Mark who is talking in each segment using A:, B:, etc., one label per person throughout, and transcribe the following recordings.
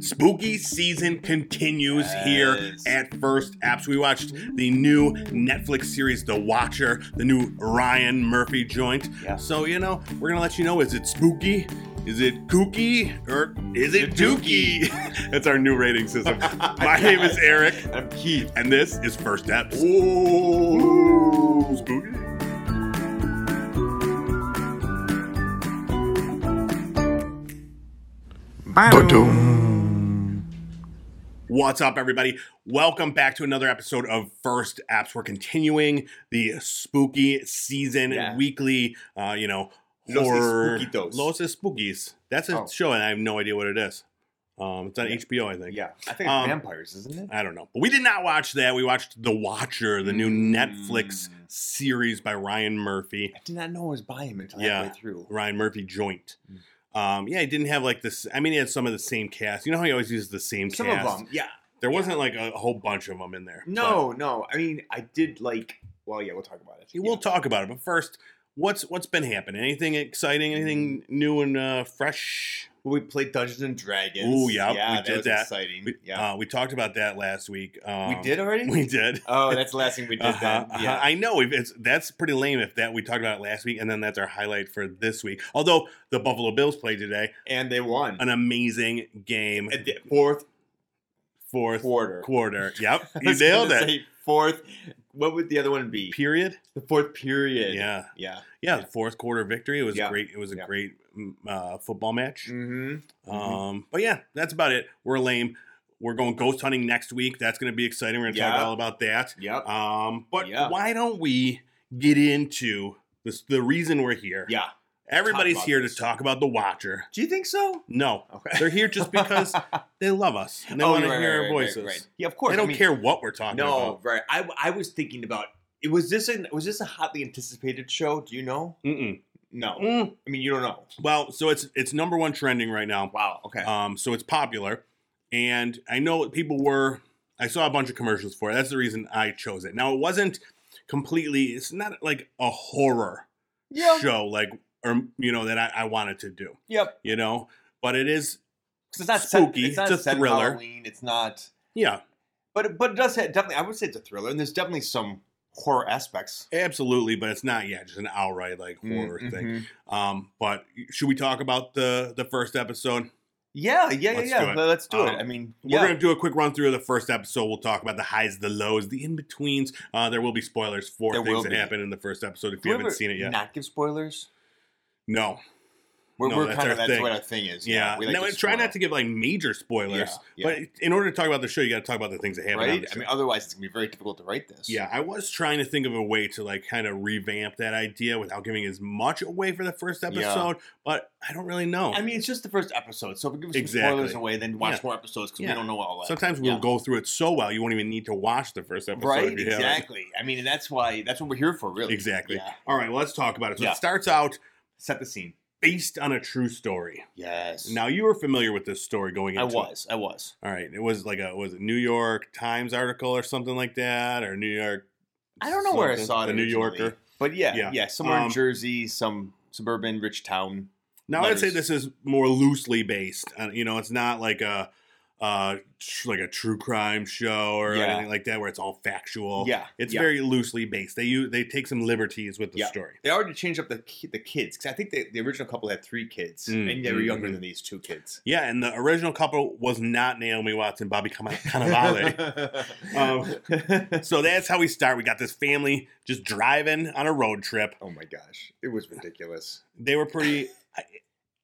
A: Spooky season continues here
B: Yes.
A: at First Apps. We watched the new Netflix series, The Watcher, the new Ryan Murphy joint.
B: Yeah.
A: So, you know, we're going to let you know is it spooky? Is it kooky? Or is it dookie? That's our new rating system. My name is Eric,
B: I'm Keith.
A: and this is First Apps.
B: Ooh.
A: Spooky. What's up, everybody? Welcome back to another episode of First Apps. We're continuing the spooky season
B: Yeah.
A: weekly, uh, you know,
B: Los
A: horror.
B: Espookitos.
A: Los Spookies. That's a
B: Oh.
A: show, and I have no idea what it is. Um, it's on
B: Yeah.
A: HBO, I think.
B: Yeah, I think it's
A: Um,
B: vampires, isn't it?
A: I don't know. But we did not watch that. We watched The Watcher, the new
B: Mm.
A: Netflix series by Ryan Murphy.
B: I did not know I was by him until
A: Yeah.
B: halfway through.
A: Ryan Murphy joint.
B: Mm.
A: Um, yeah, he didn't have like this. I mean, he had some of the same cast. You know how he always uses the same
B: Some
A: cast?
B: of them, yeah.
A: There wasn't like a whole bunch of them in there. but-
B: No, no. I mean, I did like. Well, yeah, we'll talk about it.
A: Yeah, We'll talk about it, but first, what's what's been happening? Anything exciting?
B: Mm.
A: Anything new and uh, fresh?
B: We played Dungeons and Dragons.
A: Ooh, yeah,
B: yeah,
A: we
B: that
A: did
B: was
A: that.
B: Exciting.
A: We,
B: yeah,
A: uh, we talked about that last week. Um,
B: we did already.
A: We did.
B: oh, that's the last thing we did.
A: Uh-huh,
B: then.
A: uh-huh.
B: Yeah,
A: I know if it's that's pretty lame if that we talked about it last week and then that's our highlight for this week. Although the Buffalo Bills played today,
B: and they won.
A: an amazing game,
B: At the fourth
A: fourth
B: quarter.
A: quarter. Yep,
B: I
A: you
B: was gonna
A: nailed it.
B: say Fourth. What would the other one be?
A: Period.
B: the fourth period.
A: Yeah,
B: Yeah.
A: yeah. Fourth quarter victory. It was
B: Yeah.
A: great. It was a
B: Yeah.
A: great mm, uh, football match.
B: Mm-hmm. Mhm.
A: Um, but yeah, that's about it. We're lame. We're going ghost hunting next week. That's going to be exciting. We're going to talk
B: Yeah.
A: all about that.
B: Yep.
A: Um, but
B: Yeah.
A: why don't we get into this? The reason we're here.
B: yeah.
A: Everybody's
B: about
A: here
B: this.
A: to talk about the Watcher.
B: Do you think so?
A: No,
B: Okay.
A: they're here just because they love us and they want to
B: Oh, right,
A: hear
B: right,
A: our
B: right, right,
A: voices.
B: right. Yeah, of course.
A: They
B: I
A: don't
B: mean,
A: care what we're talking
B: No,
A: about.
B: right. I, I was thinking about it. Was this an was this a hotly anticipated show? Do you know?
A: Mm-mm.
B: No,
A: Mm.
B: I mean you don't know. Uh,
A: Well, so it's it's number one trending right now.
B: Wow. Okay.
A: Um, so it's popular, and I know people were. I saw a bunch of commercials for it. That's the reason I chose it. Now it wasn't completely. It's not like a horror
B: yeah.
A: show, like or you know that I, I wanted to do.
B: Yep.
A: You know, but it is.
B: 'Cause It's not
A: Spooky.
B: Set, it's, not
A: It's a
B: set
A: thriller.
B: Halloween. It's not.
A: Yeah,
B: But but it does have, definitely. I would say it's a thriller, and there's definitely some horror aspects.
A: absolutely. But it's not. Yeah, just an outright like horror thing.
B: Mhm.
A: Um, but should we talk about the the first episode?
B: Yeah, yeah, yeah,
A: Let's do
B: yeah.
A: it.
B: Le- Let's do it.
A: Um,
B: I mean,
A: We're
B: yeah.
A: going to do a quick run through of the first episode. We'll talk about the highs, the lows, the in betweens. Uh, there will be spoilers for
B: There
A: things
B: will
A: that
B: be.
A: happen in the first episode if
B: Do
A: you
B: we
A: haven't
B: ever
A: seen it yet.
B: Not give spoilers.
A: No,
B: We're,
A: No,
B: we're
A: that's
B: kind
A: our
B: of that's
A: thing.
B: what our thing is.
A: Yeah.
B: we like
A: no,
B: to
A: and try
B: spoil.
A: not to give like major spoilers.
B: Yeah, yeah.
A: But in order to talk about the show, you got to talk about the things that happen. on
B: right?
A: the
B: I
A: show.
B: mean, otherwise it's gonna be very difficult to write this.
A: yeah, I was trying to think of a way to like kind of revamp that idea without giving as much away for the first episode, but I don't really know.
B: I mean, it's just the first episode, so if we give some
A: Exactly.
B: spoilers away, then watch
A: Yeah.
B: more episodes because
A: Yeah.
B: we don't know all that.
A: Sometimes we'll
B: yeah.
A: go through it so well, you won't even need to watch the first episode.
B: right?
A: if you haven't.
B: Exactly. I mean, and that's why that's what we're here for, really.
A: Exactly.
B: Yeah.
A: All right, well, let's talk about it. So
B: Yeah.
A: it starts out
B: Set the scene.
A: based on a true story.
B: Yes.
A: Now you were familiar with this story going
B: I
A: into it.
B: was. I was.
A: All right, it was like a was it New York Times article or something like that, or New York.
B: I don't know where I
A: something?
B: saw it.
A: The New
B: originally,
A: Yorker.
B: But yeah,
A: Yeah.
B: yeah, somewhere
A: Um,
B: in Jersey, some suburban rich town.
A: Now I'd say
B: letters.
A: this is more loosely based. On, you know, it's not like a uh, tr- like a true crime show or
B: Yeah.
A: anything like that where it's all factual.
B: yeah,
A: it's
B: yeah.
A: very loosely based. They use, they take some liberties with the
B: Yeah.
A: story.
B: They already changed up the ki- the kids because I think the, the original couple had three kids,
A: Mm,
B: and they were
A: mm,
B: younger
A: mhm.
B: than these two kids.
A: Yeah, and the original couple was not Naomi Watts and Bobby Cannavale. Cannavale.
B: Um,
A: so that's how we start. We got this family just driving on a road trip.
B: oh my gosh, it was ridiculous.
A: They were pretty I-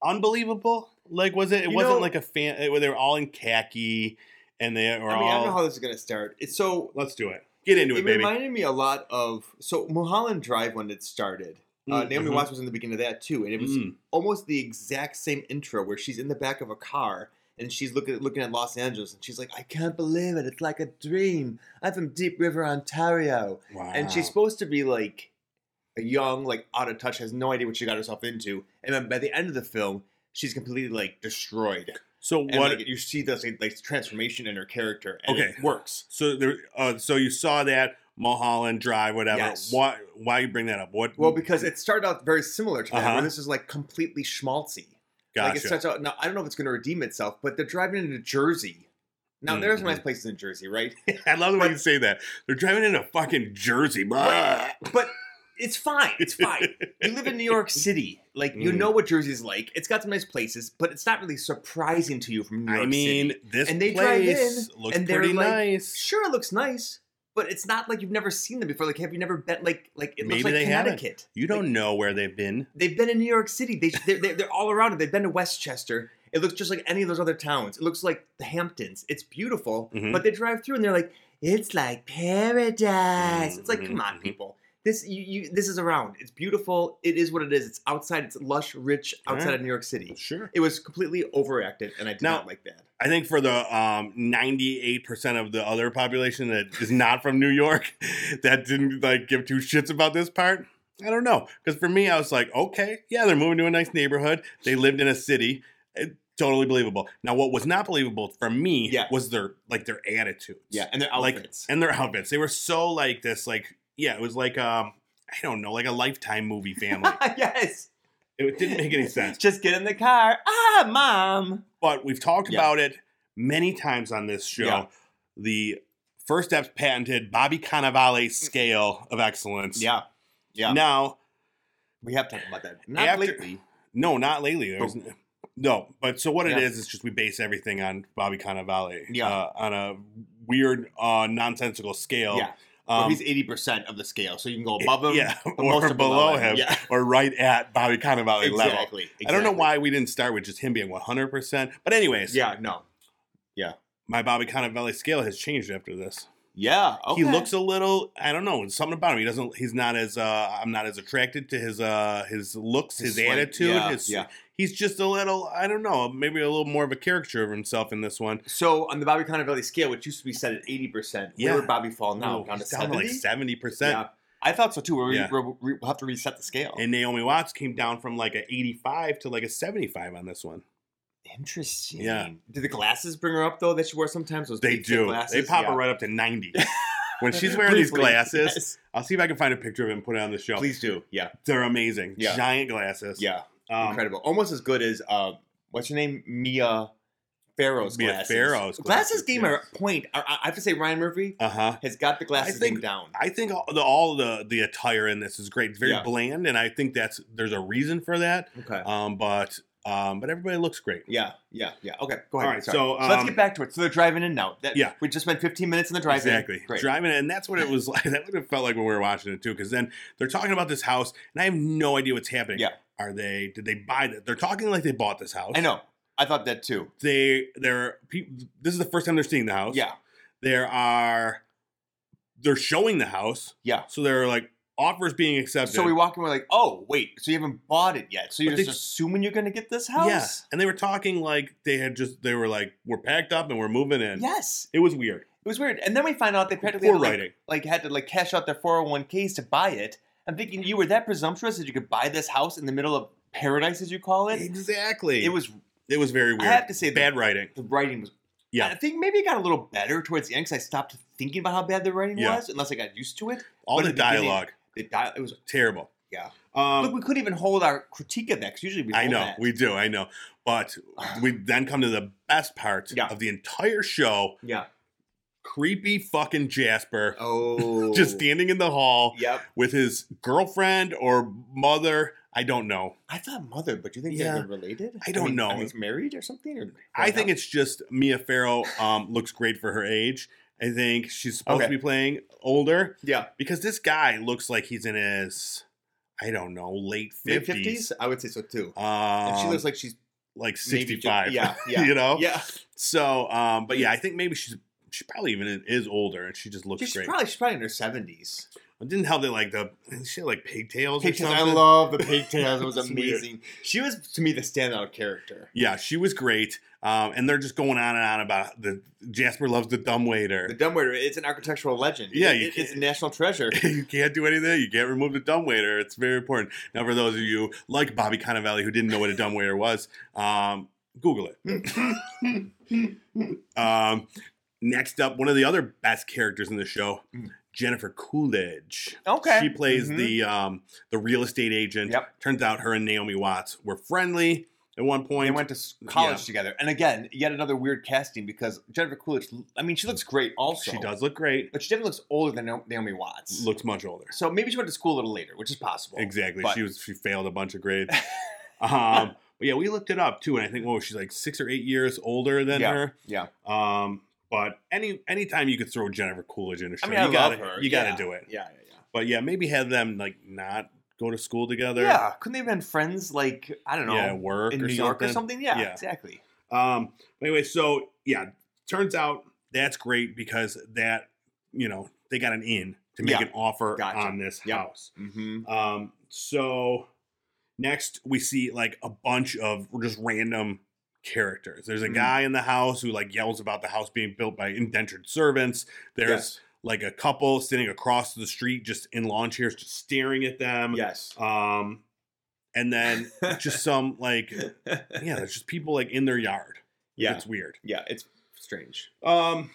A: unbelievable. Like was it? It
B: You
A: wasn't
B: know-
A: like a fan. They were all in khaki, and they were
B: I mean, I
A: all.
B: don't know how this is gonna start. It's so
A: let's do it. Get into it,
B: it
A: baby.
B: reminded me a lot of so Mulholland Drive when it started. Uh,
A: Mm,
B: Naomi
A: mhm.
B: Watts was in the beginning of that too, and it was
A: Mm.
B: almost the exact same intro where she's in the back of a car and she's looking looking at Los Angeles and she's like, "I can't believe it! It's like a dream. I'm from Deep River, Ontario,"
A: Wow.
B: and she's supposed to be like a young, like out of touch, has no idea what she got herself into, and then by the end of the film, she's completely like destroyed.
A: so
B: And
A: what?
B: like, you see this like, like, transformation in her character. And
A: Okay.
B: it works.
A: so there. Uh, so you saw that Mulholland Drive, whatever.
B: Yes.
A: Why? Why you bring that up? What?
B: Well, because it started out very similar to that,
A: Uh-huh.
B: where this is like completely schmaltzy.
A: Gotcha.
B: Like it starts out. Now I don't know if it's going to redeem itself, but they're driving into Jersey. Now there's
A: Mhm.
B: nice places in Jersey, right?
A: I love the way you say that. They're driving into fucking Jersey. Blah.
B: But it's fine. It's fine. you live in New York City. Like you
A: Mm.
B: know what Jersey's like. It's got some nice places, but it's not really surprising to you from New York
A: I mean,
B: City.
A: this
B: And they drive
A: place looks
B: and they're
A: pretty
B: like,
A: nice.
B: sure it looks nice, but it's not like you've never seen them before. Like have you never been like like it
A: Maybe
B: looks like
A: they haven't.
B: Connecticut.
A: You don't know where they've been.
B: They've been in New York City. They, they're, they're, they're all around it. They've been to Westchester. It looks just like any of those other towns. It looks like the Hamptons. It's beautiful,
A: Mhm.
B: but they drive through and they're like, "It's like paradise." It's like,
A: Mhm,
B: come on,
A: mhm.
B: people. This you, you this is around. It's beautiful. It is what it is. It's outside. It's lush, rich outside
A: Alright.
B: of New York City.
A: Sure.
B: It was completely overacted, and I did
A: Now-
B: not like that.
A: I think for the um, 98% of the other population that is not from New York that didn't like give two shits about this part, I don't know. Because for me, I was like, okay, yeah, they're moving to a nice neighborhood. They lived in a city. It, totally believable. Now, what was not believable for me
B: Yeah.
A: was their like their attitudes.
B: Yeah, and their
A: Like-
B: outfits.
A: And their outfits. They were so like this, like, yeah, it was like um, I don't know, like a lifetime movie family.
B: yes.
A: it didn't make any sense.
B: Just get in the car. Ah, mom.
A: but we've talked
B: Yeah.
A: about it many times on this show.
B: Yeah.
A: The First Steps patented Bobby Cannavale scale of excellence.
B: Mm. Yeah, yeah.
A: Now,
B: we have talked about that. Not
A: After-
B: lately.
A: no, not lately. There's- no, but so what it
B: Yeah.
A: is is just we base everything on Bobby Cannavale.
B: Yeah.
A: uh, on a weird, uh, nonsensical scale.
B: Yeah. Well,
A: Um,
B: he's eighty percent of the scale, so you can go above him,
A: Yeah,
B: but
A: or
B: most are
A: below, him,
B: Yeah,
A: or right at Bobby Cannavale level.
B: exactly,
A: I don't know
B: exactly.
A: why we didn't start with just him being 100%. But, anyways,
B: Yeah, no.
A: my Bobby Cannavale scale has changed after this.
B: Yeah, okay.
A: He looks a little. I don't know. Something about him. He doesn't. He's not as. uh I'm not as attracted to his. uh His looks. His,
B: His slight-
A: attitude.
B: yeah,
A: his,
B: yeah.
A: He's just a little. I don't know. Maybe a little more of a caricature of himself in this one.
B: so on the Bobby Cannavale scale, which used to be set at eighty percent.
A: Yeah.
B: Where would Bobby fall now?
A: Ooh,
B: down
A: Oh,
B: to
A: he's down to like
B: seventy.
A: seventy percent.
B: yeah, I thought so too. We're,
A: Yeah.
B: we're, we will have to reset the scale.
A: And Naomi Watts came down from like a 85 to like a 75 on this one.
B: Interesting.
A: Yeah.
B: Did the glasses bring her up though that she wore sometimes? Those
A: They
B: big, thick
A: do.
B: Glasses?
A: They pop
B: Yeah.
A: her right up to 90. when she's wearing these
B: Briefly,
A: glasses,
B: yes.
A: I'll see if I can find a picture of it and put it on the show.
B: Please do. Yeah.
A: They're amazing.
B: Yeah.
A: Giant glasses.
B: Yeah.
A: Um,
B: Incredible. Almost as good as uh, what's her name? Mia Farrow's
A: Mia
B: glasses.
A: Farrow's glasses,
B: glasses game
A: yes.
B: are point. I I- I have to say Ryan Murphy
A: Uh huh.
B: has got the glasses
A: I think-
B: game down.
A: I think all the, all the the attire in this is great. It's very
B: Yeah.
A: bland, and I think that's there's a reason for that.
B: Okay.
A: Um, but um, but everybody looks great.
B: Yeah, yeah, yeah. Okay, go
A: All
B: ahead.
A: right,
B: Sorry.
A: so,
B: let's
A: um,
B: get back to it. So they're driving in now. That,
A: Yeah.
B: we just spent 15 minutes in the drive-in.
A: Exactly.
B: Great.
A: Driving, and that's what it was like. That would have felt like when we were watching it too, because then they're talking about this house, and I have no idea what's happening.
B: Yeah.
A: Are they? Did they buy that? They're talking like they bought this house.
B: I know. I thought that too.
A: They they're pe- this is the first time they're seeing the house.
B: Yeah,
A: There are they're showing the house,
B: yeah.
A: so there are like offers being accepted.
B: So we walk in, we're like, oh, wait. So you haven't bought it yet. So you're
A: But
B: just
A: they-
B: assuming you're going to get this house?
A: and they were talking like they had just they were like we're packed up and we're moving in.
B: Yes.
A: It was weird.
B: It was weird. And then we find out they practically
A: Poor
B: had to, like,
A: writing.
B: like, had to like cash out their 401ks to buy it. I'm thinking you were that presumptuous that you could buy this house in the middle of paradise, as you call it.
A: Exactly.
B: It was
A: it was very weird.
B: have to say that-
A: bad writing.
B: the writing was.
A: Yeah.
B: I think maybe it got a little better towards the end because I stopped thinking about how bad the writing
A: Yeah.
B: was, unless I got used to it.
A: All
B: but
A: the
B: at the beginning-
A: dialogue
B: The dial- it was.
A: terrible.
B: Yeah. look,
A: Um,
B: we couldn't even hold our critique of that because usually we.
A: I
B: hold
A: know
B: that.
A: we do. I know, but we then come to the best part
B: Yeah.
A: of the entire show:
B: Yeah.
A: creepy fucking Jasper
B: Oh.
A: just standing in the hall
B: Yep.
A: with his girlfriend or mother. I don't know.
B: I thought mother, but do you think
A: Yeah.
B: they're related?
A: I don't know.
B: He's married or something. Or
A: I think it's just Mia Farrow um, looks great for her age. I think she's supposed to
B: Okay.
A: be playing older
B: yeah.
A: because this guy looks like he's in his, I don't know, late
B: Mid
A: fifties.
B: fifties, I would say so too.
A: Um,
B: and she looks
A: like
B: like she's maybe ju-
A: sixty-five.
B: Yeah, yeah,
A: you know.
B: yeah.
A: So, um, but yeah, I think maybe she's she probably even is older, and she just looks
B: She's
A: great.
B: probably she's probably in her seventies.
A: it didn't help that like the she had like pigtails.
B: Pigtails.
A: Or
B: I
A: something.
B: love the pigtails. It was
A: It's weird.
B: amazing. She was to me the standout character.
A: yeah, she was great. Um, and they're just going on and on about the Jasper loves the dumb waiter.
B: The dumbwaiter. It's an architectural legend.
A: Yeah,
B: It-
A: you
B: it- it's a
A: can't-
B: national treasure.
A: you can't do anything. You can't remove the dumbwaiter. It's very important. Now, for those of you like Bobby Cannavale who didn't know what a dumbwaiter was, um, Google it. um, next up, one of the other best characters in the show,
B: Mm.
A: Jennifer Coolidge.
B: Okay.
A: She plays
B: Mhm.
A: the um, the real estate agent.
B: Yep.
A: Turns out her and Naomi Watts were friendly. at one point.
B: They went to s- college together, and again, yet another weird casting because Jennifer Coolidge. I mean, she looks great, also.
A: she does look great.
B: but she definitely looks older than Na- Naomi Watts.
A: Looks much older.
B: So maybe she went to school a little later, which is possible.
A: Exactly.
B: But-
A: she was she failed a bunch of grades. um, but yeah, we looked it up too, and I think what was she like six or eight years older than
B: Yeah,
A: her.
B: yeah.
A: Um, but any anytime you could throw Jennifer Coolidge in a show,
B: I mean,
A: you
B: I love
A: gotta
B: her.
A: you gotta
B: Yeah.
A: do it.
B: Yeah, yeah, yeah.
A: But yeah, maybe have them like not go to school together.
B: Yeah, couldn't they have been friends? Like I don't know,
A: yeah, work
B: in
A: or
B: New
A: something.
B: York or something. Yeah,
A: Yeah.
B: exactly.
A: Um, but anyway, so yeah, turns out that's great because that you know they got an in to make
B: Yeah.
A: an offer
B: Gotcha.
A: on this
B: Yep.
A: house.
B: Mm-hmm.
A: Um, so next we see like a bunch of just random characters. There's a
B: Mhm.
A: guy in the house who like yells about the house being built by indentured servants. There's like a couple sitting across the street just in lawn chairs, just staring at them.
B: yes.
A: Um, and then just some like yeah, there's just people like in their yard.
B: yeah,
A: It's weird.
B: yeah. It's strange.
A: Um,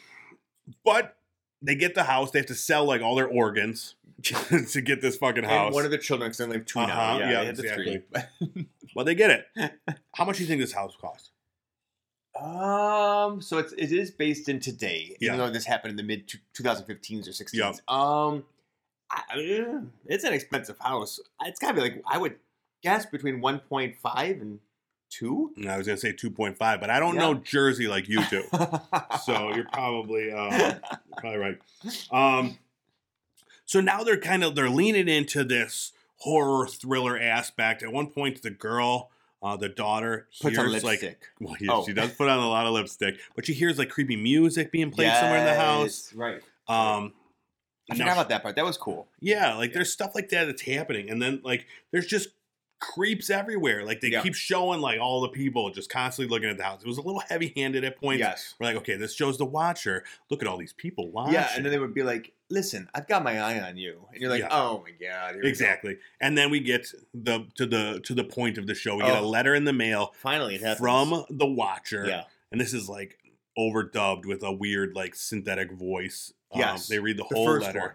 A: but they get the house. They have to sell like all their organs to get this fucking house.
B: And one of the children, because they have 2
A: Uh-huh,
B: now. Yeah,
A: yeah,
B: they have the
A: Well, they get it. How much do you think this house cost?
B: three. um, so it's it is based in today, even
A: Yeah.
B: though this happened in the mid 2015s or 16s.
A: Yep.
B: Um, I, I mean, it's an expensive house. It's gotta be like I would guess between 1.5 and two.
A: And I was gonna say two point five, but I don't
B: Yeah.
A: know Jersey like you do, so you're probably uh, probably right. Um, so now they're kind of they're leaning into this horror thriller aspect. At one point, the girl, uh, the daughter,
B: puts
A: hears
B: on
A: like
B: lipstick.
A: well, yeah,
B: Oh.
A: she does put on a lot of lipstick, but she hears like creepy music being played somewhere in the house.
B: Yes, Right.
A: Um,
B: I
A: no,
B: forgot about that part. That was cool.
A: yeah, like
B: Yeah.
A: there's stuff like that that's happening, and then like there's just creeps everywhere. Like they
B: Yeah.
A: keep showing like all the people just constantly looking at the house. It was a little heavy-handed at points.
B: Yes.
A: We're like, okay, this shows the Watcher. Look at all these people watching.
B: Yeah, and then they would be like, "Listen, I've got my eye on you," and you're like,
A: Yeah.
B: "Oh my god!" here we go."
A: exactly. And then we get the to the to the point of the show. We get a
B: Oh.
A: letter in the mail
B: Finally, it happens.
A: from the Watcher.
B: yeah,
A: and this is like overdubbed with a weird like synthetic voice. Um,
B: Yes.
A: they read the,
B: the
A: whole
B: first
A: letter.
B: one.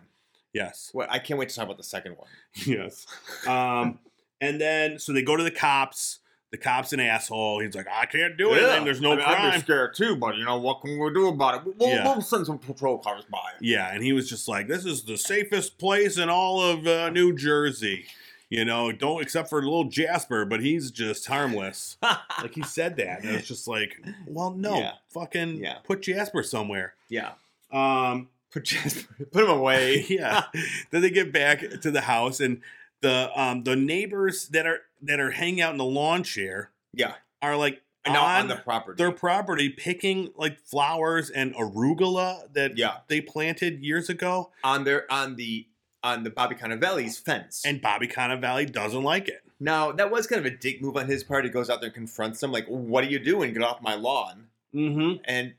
A: Yes,
B: Well, I can't wait to talk about the second one.
A: yes. Um, and then so they go to the cops. The cop's an asshole. He's like, I can't do
B: Yeah.
A: anything. There's no
B: I mean, I'd be
A: crime.
B: scared too, but you know what can we do about it? We'll,
A: Yeah.
B: we'll send some patrol cars by.
A: Yeah, and he was just like, this is the safest place in all of uh, New Jersey. You know, don't except for little Jasper, but he's just harmless. like he said that, and it's just like, well, no,
B: Yeah.
A: fucking
B: Yeah.
A: put Jasper somewhere.
B: yeah,
A: Um,
B: put just put him away.
A: yeah. then they get back to the house, and the um the neighbors that are that are hanging out in the lawn chair
B: yeah,
A: are like
B: and
A: on,
B: now on the property.
A: their property picking like flowers and arugula that
B: yeah,
A: they planted years ago,
B: on their on the on the Bobby Cannavale's fence.
A: and Bobby Cannavale doesn't like it.
B: now that was kind of a dick move on his part. He goes out there and confronts them, like, "What are you doing? Get off my lawn!"
A: Mm-hmm.
B: and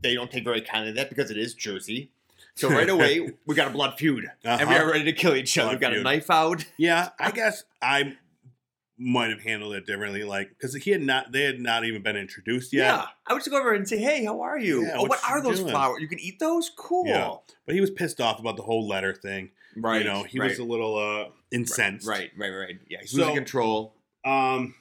B: they don't take very kindly to that because it is Jersey. So right away, we got a blood feud, and we are ready to kill each
A: Blood
B: other. We've got
A: feud.
B: a knife out.
A: Uh-huh. Yeah, I guess I might have handled it differently, like because he had not they had not even been introduced
B: Yeah.
A: yet.
B: I would just go over and say, "Hey, how are you?
A: Yeah,
B: oh,
A: what
B: what
A: you
B: are those
A: doing?"
B: flowers? You can eat those? Cool."
A: Yeah. But he was pissed off about the whole letter thing.
B: Right.
A: You know, he
B: right,
A: was a little uh incensed.
B: Right. Right. Right. Yeah. He's
A: So-
B: losing control.
A: Um,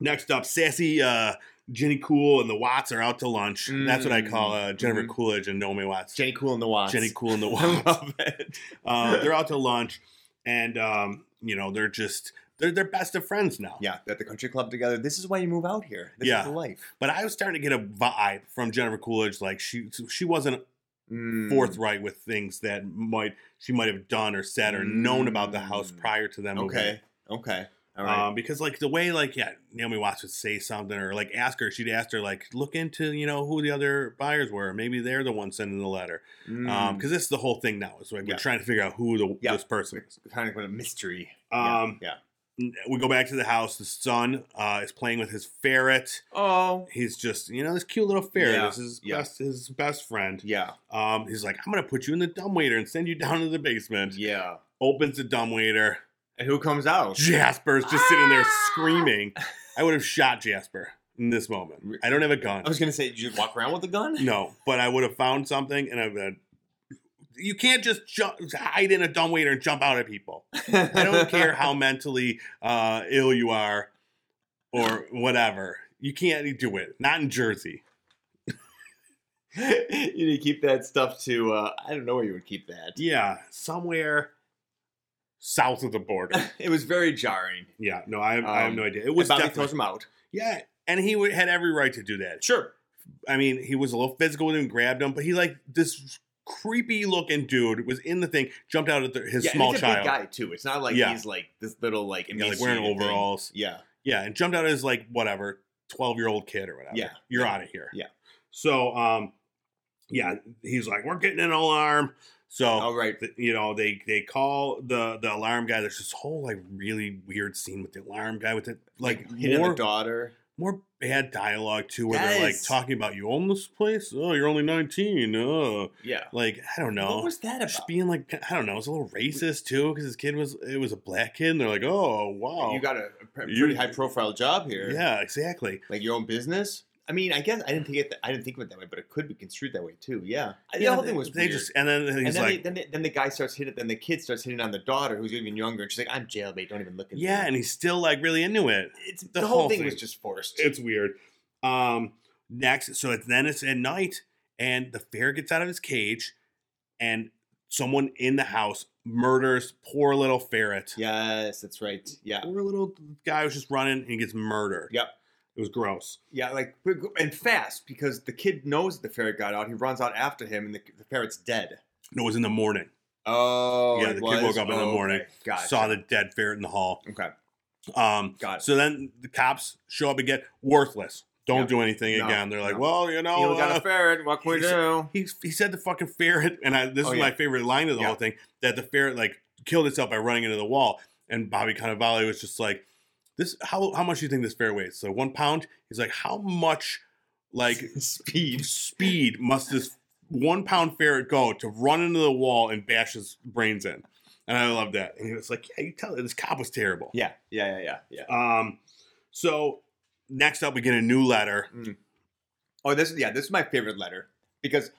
A: next up, sassy uh, Jenny Cool and the Watts are out to lunch. That's what I call uh, Jennifer
B: Mhm.
A: Coolidge and Naomi Watts.
B: Jenny Cool and the Watts.
A: Jenny Cool and the
B: I
A: Watts.
B: love it.
A: uh, they're out to lunch, and um, you know they're just they're they're best of friends now.
B: Yeah, they're at the country club together. This is why you move out here. This
A: Yeah.
B: is the life.
A: But I was starting to get a vibe from Jennifer Coolidge, like she she wasn't
B: Mm.
A: forthright with things that might she might have done or said or known about the house
B: Mm.
A: prior to them. moving
B: Okay. Okay. All right.
A: Um, because like the way like yeah Naomi Watts would say something or like ask her she'd ask her like look into you know who the other buyers were maybe they're the ones sending the letter Um 'cause
B: Mm.
A: because this is the whole thing now is like
B: Yeah.
A: we're trying to figure out who the,
B: Yeah.
A: this person is.
B: kind of a mystery. Yeah,
A: Um,
B: yeah.
A: we go back to the house. The son uh, is playing with his ferret.
B: Oh.
A: He's just you know this cute little ferret.
B: Yeah,
A: This is his
B: yeah.
A: best his best friend.
B: Yeah.
A: Um, he's like I'm gonna put you in the dumbwaiter and send you down to the basement.
B: Yeah.
A: Opens the dumbwaiter.
B: And who comes out?
A: Jasper's just sitting there
B: Ah!
A: screaming. I would have shot Jasper in this moment. I don't have a gun.
B: I was gonna say, did you walk around with a gun?
A: No, but I would have found something and I've been. You can't just jump, hide in a dumbwaiter and jump out at people. I don't care how mentally uh, ill you are. or whatever. You can't do it. Not in Jersey.
B: you need to keep that stuff to. Uh, I don't know where you would keep that.
A: Yeah, somewhere south of the border.
B: It was very jarring.
A: Yeah, no, I, I have
B: Um,
A: no idea. It
B: It
A: was
B: Bobby
A: definitely
B: throws him out.
A: yeah, and he wa- had every right to do that.
B: Sure.
A: I mean, he was a little physical with him, grabbed him, but he like this creepy looking dude was in the thing, jumped out at the, his
B: yeah, and
A: small
B: he's a
A: child,
B: big guy too. It's not like
A: Yeah.
B: he's like this little like
A: yeah, like wearing
B: emaciated thing.
A: overalls,
B: Yeah.
A: Yeah, and jumped out as like whatever, 12 year old kid or whatever.
B: Yeah.
A: You're out of here.
B: Yeah.
A: So, um, yeah, he's like, we're getting an alarm. So,
B: All right.
A: th- you know, they they call the the alarm guy. There's this whole like really weird scene with the alarm guy with it, like
B: hitting
A: more
B: the daughter.
A: more bad dialogue too, where they're like
B: Yes.
A: talking about you own this place. Oh, you're only 19. Oh,
B: Yeah.
A: like I don't know.
B: What was that about?
A: just being like I don't know, it's a little racist too because his kid was it was a black kid. and They're like, oh wow,
B: You got a a pre- pretty
A: You-
B: high profile job here.
A: yeah, exactly.
B: Like your own business. I mean, I guess I didn't think it. Th- I didn't think of it that way, but it could be construed that way too. Yeah. I- The
A: Yeah,
B: whole thing was
A: they
B: weird.
A: just and then he's
B: and then,
A: like,
B: they, then, they, then the guy starts hitting. Then the kid starts hitting on the daughter, who's even younger, and she's like, "I'm jailbait. Don't even look at me."
A: yeah, and he's still like really into it.
B: it's
A: the
B: the, whole
A: whole
B: thing,
A: thing.
B: was just forced.
A: It's weird. Um, next, so it's then it's at night, and the bear gets out of his cage, and someone in the house murders poor little ferret.
B: yes, that's right. Yeah,
A: Poor little guy was just running and he gets murdered.
B: Yep.
A: It was gross.
B: yeah, like and fast because the kid knows the ferret got out. He runs out after him, and the, the ferret's dead.
A: It was in the morning.
B: Oh,
A: Yeah,
B: it
A: the kid
B: was?
A: woke up in the
B: Oh,
A: morning,
B: okay. Gotcha.
A: Saw the dead ferret in the hall.
B: Okay,
A: Um,
B: got it.
A: so then the cops show up again. Worthless. Don't
B: Yeah.
A: do anything
B: No,
A: again. They're like,
B: no.
A: well, you know,
B: You got
A: uh,
B: a ferret. What can we
A: he's-
B: do?
A: he, he said the fucking ferret, and I, this
B: Oh,
A: is my
B: yeah.
A: favorite line of the
B: Yeah.
A: whole thing that the ferret like killed itself by running into the wall. And Bobby Cannavale was just like, "This how how much do you think this ferret weighs? So one pound?" He's like, "How much like
B: speed.
A: speed must this one pound ferret go to run into the wall and bash his brains in?" And I love that. And he was like, "Yeah, you tell it. This cop was terrible."
B: Yeah, yeah, yeah, yeah, yeah.
A: Um. So next up, we get a new letter.
B: Oh, this yeah, this is my favorite letter because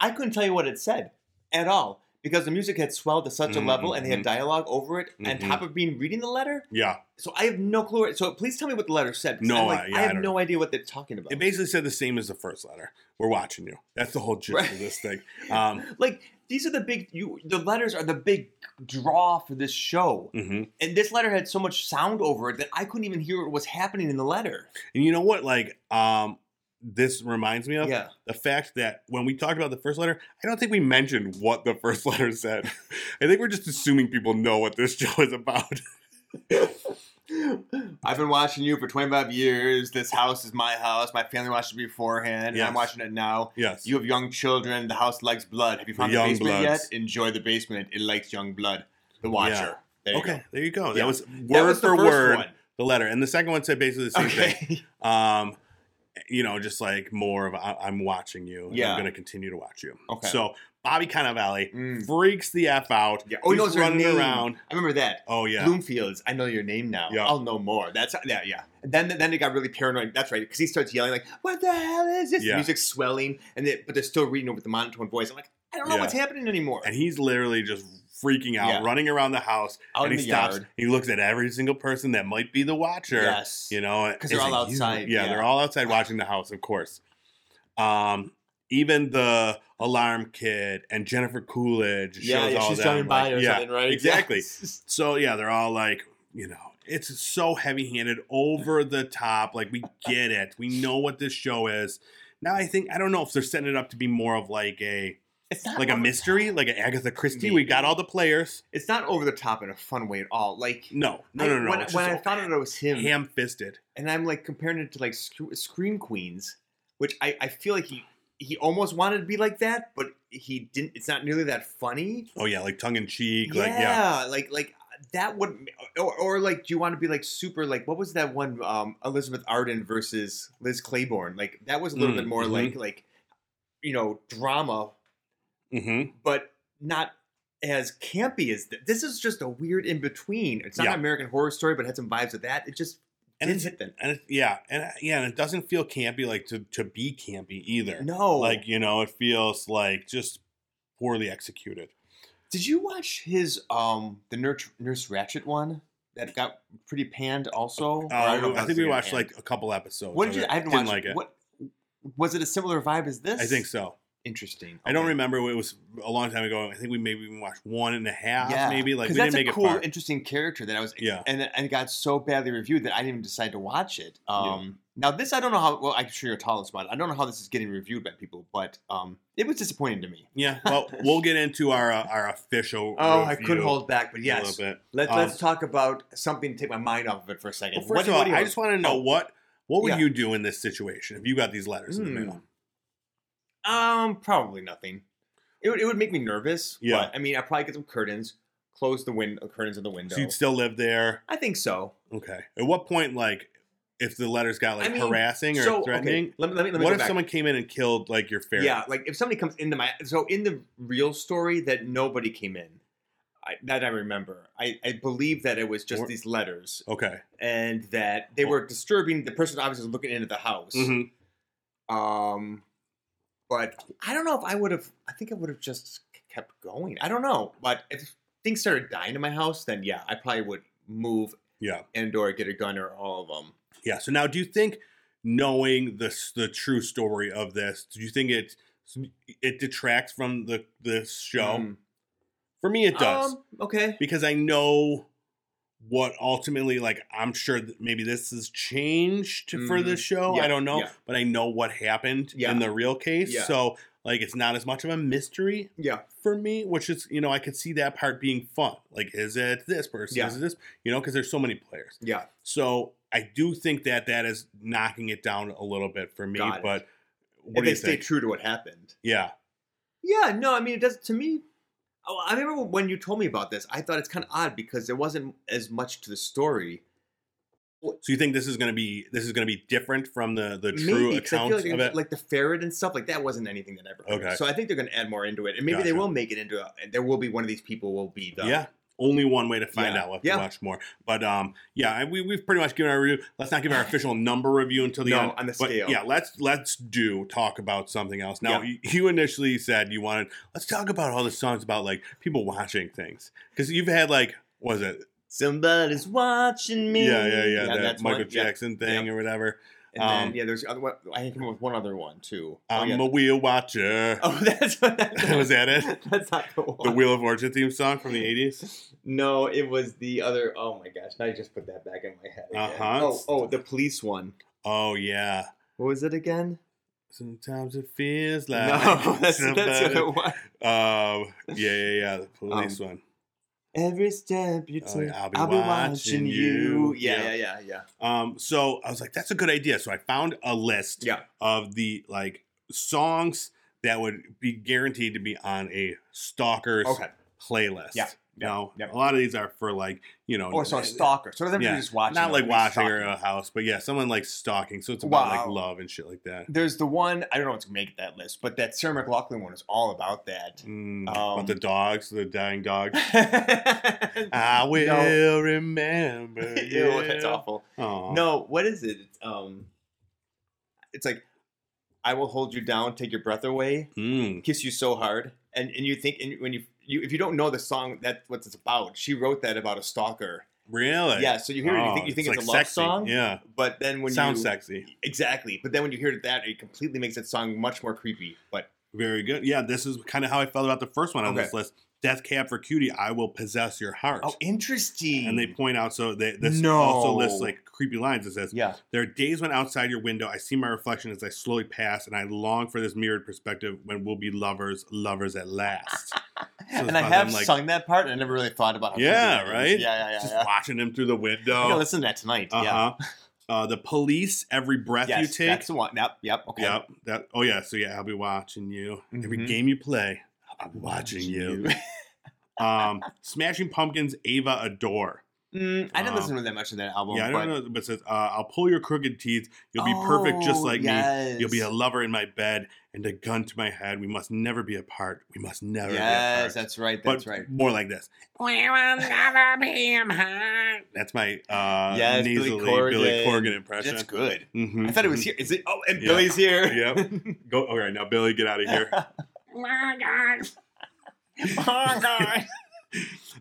B: I couldn't tell you what it said at all because the music had swelled to such a level and they had
A: Mhm.
B: dialogue over it on
A: Mhm.
B: top of being reading the letter.
A: Yeah.
B: So I have no clue. What, so please tell me what the letter said. because
A: No,
B: I'm like,
A: I- yeah,
B: I
A: I
B: have
A: don't
B: no idea what they're talking about.
A: It basically said the same as the first letter. We're watching you. That's the whole gist
B: Right.
A: of this thing. Um,
B: like these are the big you the letters are the big draw for this show.
A: mhm.
B: And this letter had so much sound over it that I couldn't even hear what was happening in the letter.
A: And you know what? Like, um, this reminds me of
B: Yeah.
A: the fact that when we talked about the first letter, I don't think we mentioned what the first letter said. I think we're just assuming people know what this show is about.
B: I've been watching you for 25 years. This house is my house. My family watched it beforehand, and I'm
A: Yes.
B: watching it now.
A: yes.
B: You have young children. The house likes blood. Have you found the,
A: Young
B: basement
A: bloods.
B: yet? Enjoy the basement. It likes young blood. The Watcher.
A: Yeah.
B: There you
A: okay.
B: go.
A: There you go.
B: Yeah.
A: That was word
B: That was the
A: for
B: first
A: word
B: one.
A: the letter, and the second one said basically the same thing.
B: Okay.
A: Um, you know, just like more of I- I'm watching you. And
B: Yeah.
A: I'm going to continue to watch you.
B: Okay.
A: So Bobby Cannavale
B: Mm.
A: freaks the f out.
B: Yeah. Oh, he
A: He's
B: knows her
A: running
B: name.
A: around.
B: I remember that.
A: Oh yeah.
B: Bloomfields. I know your name now.
A: Yeah.
B: I'll know more. That's yeah, yeah. And then then it got really paranoid. That's right, because he starts yelling like, "What the hell is this?"
A: Yeah.
B: The music's swelling, and they, but they're still reading it with the monotone voice. I'm like, I don't know
A: Yeah.
B: what's happening anymore.
A: and he's literally just freaking out,
B: Yeah.
A: running around the house,
B: Out
A: and
B: in
A: he
B: the
A: stops.
B: yard.
A: He looks at every single person that might be the watcher.
B: Yes.
A: You know,
B: 'Cause they're
A: it's
B: all
A: like, you-
B: outside,
A: Yeah,
B: yeah.
A: they're all outside watching the house, of course. Um, even the alarm kid and Jennifer Coolidge.
B: yeah,
A: shows
B: yeah,
A: all
B: she's
A: them,
B: driving by
A: like,
B: or
A: yeah.
B: something, right?
A: exactly.
B: Yes.
A: So yeah, they're all like, you know, it's so heavy-handed, over the top. Like we get it. We know what this show is. Now I think I don't know if they're setting it up to be more of like a
B: It's not
A: like a
B: over-
A: mystery, like an Agatha Christie.
B: Maybe.
A: We got all the players.
B: It's not over the top in a fun way at all. Like
A: No, no,
B: I-
A: no, no.
B: When,
A: it's
B: when I
A: just
B: found out it was him,
A: ham-fisted.
B: and I'm like comparing it to like Sc- Scream Queens, which I, I feel like he he almost wanted to be like that, but he didn't. It's not nearly that funny.
A: Oh yeah, like tongue in cheek. Like yeah,
B: yeah, like like that would or, or like do you want to be like super like what was that one um Elizabeth Arden versus Liz Claiborne like that was a little
A: Mm,
B: bit more
A: mhm.
B: like like you know drama
A: hmm
B: but not as campy as this. This is just a weird in between. It's not
A: Yeah.
B: an American horror story, but it had some vibes of that. It just
A: And
B: didn't
A: it's,
B: hit them.
A: and it, yeah, and yeah, and it doesn't feel campy like to to be campy either.
B: No,
A: Like you know, it feels like just poorly executed.
B: did you watch his um the Nurse Nurse Ratchet one? that got pretty panned also. Or
A: Uh,
B: don't know if
A: I
B: that's
A: think we
B: even
A: watched
B: panned.
A: like a couple episodes.
B: What
A: of
B: did you?
A: it.
B: I haven't
A: Didn't
B: watched
A: like it.
B: What was it? A similar vibe as this?
A: I think so.
B: Interesting.
A: I don't
B: Okay.
A: remember. It was a long time ago. I think we maybe even watched one and a half,
B: Yeah,
A: maybe. Like we didn't
B: because that's
A: make
B: a
A: it
B: cool,
A: far.
B: interesting character that I was.
A: Yeah.
B: And and it got so badly reviewed that I didn't even decide to watch it.
A: Yeah.
B: Um. Now this I don't know how. Well, I'm sure you're telling us about it. I don't know how this is getting reviewed by people, but um, it was disappointing to me.
A: Yeah. Well, we'll get into our uh, our official.
B: Oh,
A: review
B: back, but
A: A little bit.
B: Let,
A: Um,
B: let's talk about something to take my mind off of it for a second.
A: Well, first of all, I just want to know
B: Oh.
A: what what would
B: Yeah.
A: you do in this situation if you got these letters in the
B: Hmm.
A: mail?
B: um, probably nothing. It would, it would make me nervous.
A: Yeah.
B: But, I mean, I probably get some curtains, close the window, curtains in the window.
A: So you'd still live there.
B: I think so.
A: Okay. At what point, like, if the letters got like
B: I mean,
A: harassing or
B: so okay,
A: threatening?
B: let me let me let me
A: What
B: go
A: if
B: back.
A: someone came in and killed like your fair?
B: Yeah, like if somebody comes into my so in the real story that nobody came in. I, that I remember. I, I believe that it was just
A: Or-
B: these letters
A: Okay.
B: and that they were disturbing the person obviously was looking into the house.
A: Mhm.
B: Um, but I don't know if I would have. I think I would have just kept going. I don't know. But if things started dying in my house, then yeah, I probably would move
A: Yeah.
B: and or get a gun or all of them.
A: Yeah. So now, do you think knowing the s- the true story of this, do you think it it detracts from the the show?
B: Mm.
A: For me, it
B: Um,
A: does
B: okay.
A: because I know what ultimately like i'm sure that maybe this has changed for the
B: Mhm.
A: show
B: Yeah,
A: i don't know
B: yeah.
A: but i know what happened
B: Yeah.
A: in the real case
B: Yeah.
A: so like it's not as much of a mystery
B: Yeah.
A: for me, which is you know I could see that part being fun. Like, is it this person?
B: Yeah.
A: Is it this? You know, because there's so many players.
B: Yeah.
A: So I do think that that is knocking it down a little bit for me.
B: Got it.
A: but what
B: if
A: do
B: they
A: you
B: stay
A: think?
B: true to what happened.
A: yeah,
B: Yeah. No. I mean, it does to me. Oh, I remember when you told me about this. I thought it's kind of odd because there wasn't as much to the story.
A: so you think this is gonna be this is gonna be different from the the true
B: 'cause I
A: account
B: feel like,
A: of it?
B: like the ferret and stuff like that wasn't anything that ever.
A: Okay.
B: Okay. So I think they're going to add more into it, and maybe they
A: Gotcha.
B: will make it into. A, and there will be one of these people will be the.
A: yeah. Only one way to find
B: Yeah.
A: out. We'll have to
B: Yeah.
A: watch more. But um, yeah, I- we, we've pretty much given our review. Let's not give our official number review until the
B: No,
A: end.
B: on the
A: But
B: scale.
A: yeah, let's let's do talk about something else. Now y- you initially said you wanted let's talk about all the songs about like people watching things because you've had like what was it
B: Somebody's watching me.
A: yeah yeah yeah, that
B: that's
A: Michael
B: one, yeah.
A: Jackson thing or whatever.
B: And
A: um,
B: then yeah, there's other. one- I came up with one other one too.
A: I'm
B: oh, yeah.
A: a wheel watcher.
B: oh that's that's
A: was that it?
B: That's not the one.
A: The Wheel of Fortune theme song from the '80s.
B: No, it was the other. Oh my gosh! Now you just put that back in my head. again.
A: Uh-huh.
B: Oh, oh, the police one.
A: Oh yeah.
B: What was it again?
A: Sometimes it feels like
B: no, that's, that's the
A: somebody-
B: other one.
A: Um, yeah, yeah, yeah. The police one.
B: Every step you
A: Oh,
B: take,
A: yeah, I'll be watching you.
B: Yeah,
A: Yeah.
B: yeah, yeah, yeah.
A: Um, so I was like, that's a good idea. So I found a list
B: Yeah.
A: of the like songs that would be guaranteed to be on a stalker's
B: Okay.
A: playlist.
B: Yeah, yeah,
A: Now
B: yeah.
A: a lot of these are for like you know,
B: Or so a stalker. So them
A: Yeah.
B: yeah. just watching.
A: not like
B: them,
A: watching or
B: stalking.
A: a house, but yeah, someone like stalking. So it's about like
B: Wow.
A: love and shit like that.
B: There's the one I don't know what's gonna make that list, but that Sarah McLaughlin one is all about that.
A: Mm,
B: Um,
A: about the dogs, the dying dogs. Mm. I will
B: No.
A: remember.
B: Ew, that's
A: you.
B: awful.
A: Aw.
B: No, what is it? It's, um, it's like I will hold you down, take your breath away,
A: Mm.
B: kiss you so hard, and and you think and when you. You, if you don't know the song, that's what it's about. She wrote that about a stalker.
A: Really?
B: yeah, so you hear it, you
A: Oh,
B: think you think it's,
A: like
B: a love
A: sexy.
B: song,
A: Yeah.
B: but then when
A: Sounds
B: you
A: sexy.
B: Exactly. But then when you hear that, it completely makes that song much more creepy. But
A: Very good. Yeah, this is kind of how I felt about the first one on
B: Okay.
A: this list. Death Cab for Cutie, I Will Possess Your Heart.
B: interesting.
A: and they point out, so they, this
B: No.
A: also lists like creepy lines. It says,
B: yeah,
A: There are days when outside your window I see my reflection as I slowly pass, and I long for this mirrored perspective when we'll be lovers, lovers at last. it's
B: and I
A: about
B: have
A: them, like-
B: sung that part, and I never really thought about. how
A: Yeah,
B: creepy that
A: right?
B: is. Yeah, yeah, yeah.
A: Just
B: yeah.
A: watching him through the
B: I'm gonna
A: window.
B: listen to that tonight. Yeah.
A: Uh-huh. Uh, the police, every breath
B: Yes,
A: you take.
B: that's the one. Yep, yep. Okay.
A: Yep. That. Oh yeah. So yeah, I'll be watching you. Every
B: Mhm.
A: game you play, I'll be watching, you. um, Smashing Pumpkins, Ava Adore.
B: Mm, I didn't
A: Wow.
B: listen to that much of that album.
A: yeah, I
B: but,
A: don't know, but it says uh, I'll pull your crooked teeth. You'll be perfect just
B: Oh,
A: like me. You'll be a
B: yes.
A: lover in my bed and a gun to my head. We must never be apart. We must never be
B: Yes,
A: apart.
B: that's right.
A: but
B: That's right.
A: More like this. We will never be apart. That's my uh,
B: Yes, Billy
A: nasally Billy Corgan,
B: Corgan.
A: impression.
B: That's good.
A: Mhm,
B: I thought it was
A: mhm.
B: here. Is it? Oh, and
A: Yeah.
B: Billy's here.
A: Yep. Go. All right, now Billy, get out of here.
B: oh God.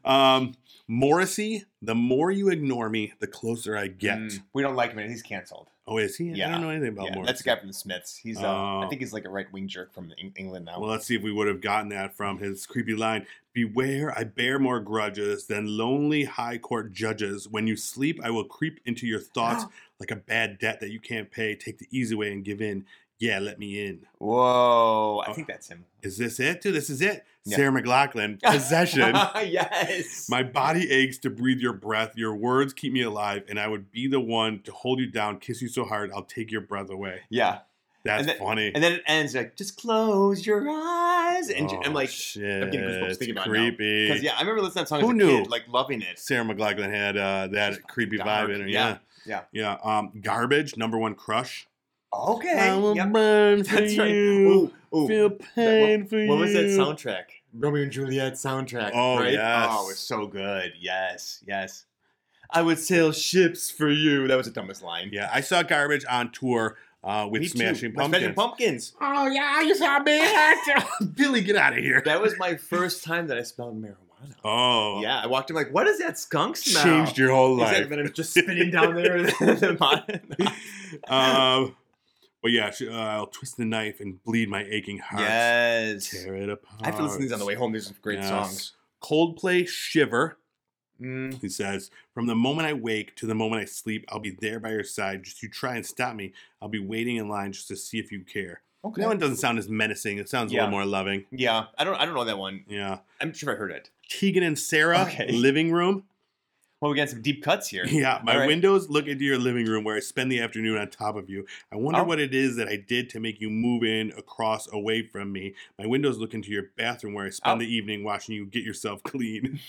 A: Um, Morrissey, the more you ignore me, the closer I get.
B: Mm, we don't like him. and He's canceled.
A: Oh, is he? I
B: Yeah.
A: don't know anything about
B: yeah,
A: Morrissey.
B: that's the guy from the Smiths. He's uh,
A: Oh.
B: I think he's like a right wing jerk from Eng- England now.
A: Well, let's see if we would have gotten that from his creepy line. Beware, I bear more grudges than lonely high court judges. When you sleep, I will creep into your thoughts like a bad debt that you can't pay. Take the easy way and give in. Yeah, let me in. Oh.
B: Whoa, I think that's him.
A: Is this it, dude? This is it.
B: Yeah.
A: Sarah McLaughlin, possession.
B: yes.
A: My body aches to breathe your breath. Your words keep me alive, and I would be the one to hold you down, kiss you so hard, I'll take your breath away.
B: yeah,
A: That's
B: And then-
A: funny.
B: and then it ends like just close your eyes, and j- I'm
A: Oh,
B: like,
A: shit.
B: getting goosebumps
A: it's
B: thinking about it now.
A: creepy.
B: because yeah, I remember listening to that song
A: Who
B: as a
A: knew?
B: kid, like loving it.
A: Sarah McLaughlin had uh, that
B: She's fucking
A: creepy
B: dark.
A: vibe in her. Yeah.
B: Yeah.
A: Yeah. Um, garbage, number one crush.
B: Okay,
A: I will
B: yep.
A: burn for
B: that's right.
A: you.
B: Ooh, ooh.
A: Feel pain for you.
B: What was that soundtrack? Romeo and Juliet soundtrack.
A: Oh,
B: right?
A: yes.
B: Oh, it's so good. Yes, yes. I would sail ships for you. That was the dumbest line.
A: Yeah, I saw garbage on tour uh, with
B: Me too.
A: Smashing
B: With
A: Pumpkins.
B: Smashing Pumpkins.
A: Oh yeah, you saw me. Billy, get out of here.
B: That was my first time that I smelled marijuana.
A: Oh,
B: Yeah, I walked in like, what is that skunk smell?
A: changed your whole
B: It's
A: life.
B: like venom just spinning down there. The mon-
A: um, but yeah, she- uh, I'll twist the knife and bleed my aching heart.
B: yes.
A: Tear it apart.
B: I have to listen to these on the way home. These are great
A: Yes.
B: songs.
A: Coldplay Shiver.
B: Mm.
A: He says, From the moment I wake to the moment I sleep, I'll be there by your side. Just you try and stop me. I'll be waiting in line just to see if you care.
B: Okay.
A: That one doesn't sound as menacing. It sounds a
B: Yeah.
A: little more loving.
B: yeah, I don't. I don't know that one.
A: Yeah.
B: I'm sure I heard it.
A: Tegan and Sarah,
B: Okay.
A: living room.
B: Well, we got some deep cuts here.
A: Yeah, my
B: All right.
A: windows look into your living room where I spend the afternoon on top of you. I wonder
B: Oh.
A: what it is that I did to make you move in, across, away from me. My windows look into your bathroom where I spend
B: Oh.
A: the evening watching you get yourself clean.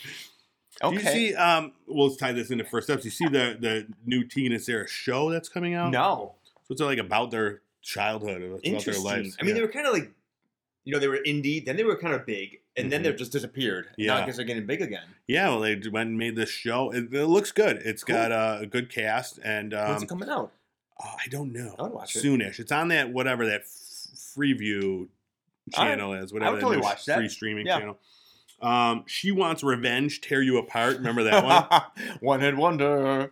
B: Okay.
A: Do you see? Um, we'll tie this into first steps. You see the the new Tegan and Sarah show that's coming out.
B: No.
A: So it's like about their childhood, or it's about their
B: Interesting.
A: lives.
B: I mean,
A: Yeah.
B: they were kind of like, you know, they were indie, then they were kind of big, and then
A: Mhm.
B: they just disappeared.
A: Yeah.
B: Now I guess they're getting big again.
A: yeah, well, they went and made this show. It, it looks good. It's
B: Cool.
A: got uh, a good cast, and um,
B: When's it coming out?
A: oh, I don't know.
B: I would watch it.
A: Soonish. It's on that whatever that f- Freeview
B: All right.
A: channel is. Whatever
B: totally
A: new
B: watch that.
A: free streaming
B: Yeah.
A: channel. Um, she wants revenge, tear you apart. Remember that one?
B: one hit wonder.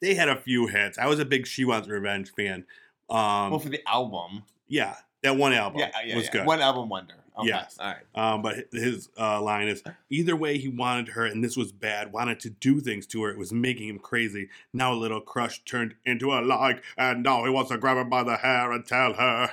A: they had a few hits. I was a big She Wants Revenge fan. Um,
B: well, for the album.
A: yeah, that one album
B: Yeah, yeah,
A: was
B: yeah.
A: good.
B: One album wonder. Okay.
A: Yeah.
B: All right.
A: Um, but his uh, line is either way, he wanted her, and this was bad. Wanted to do things to her. It was making him crazy. Now a little crush turned into a like, and now he wants to grab her by the hair and tell her.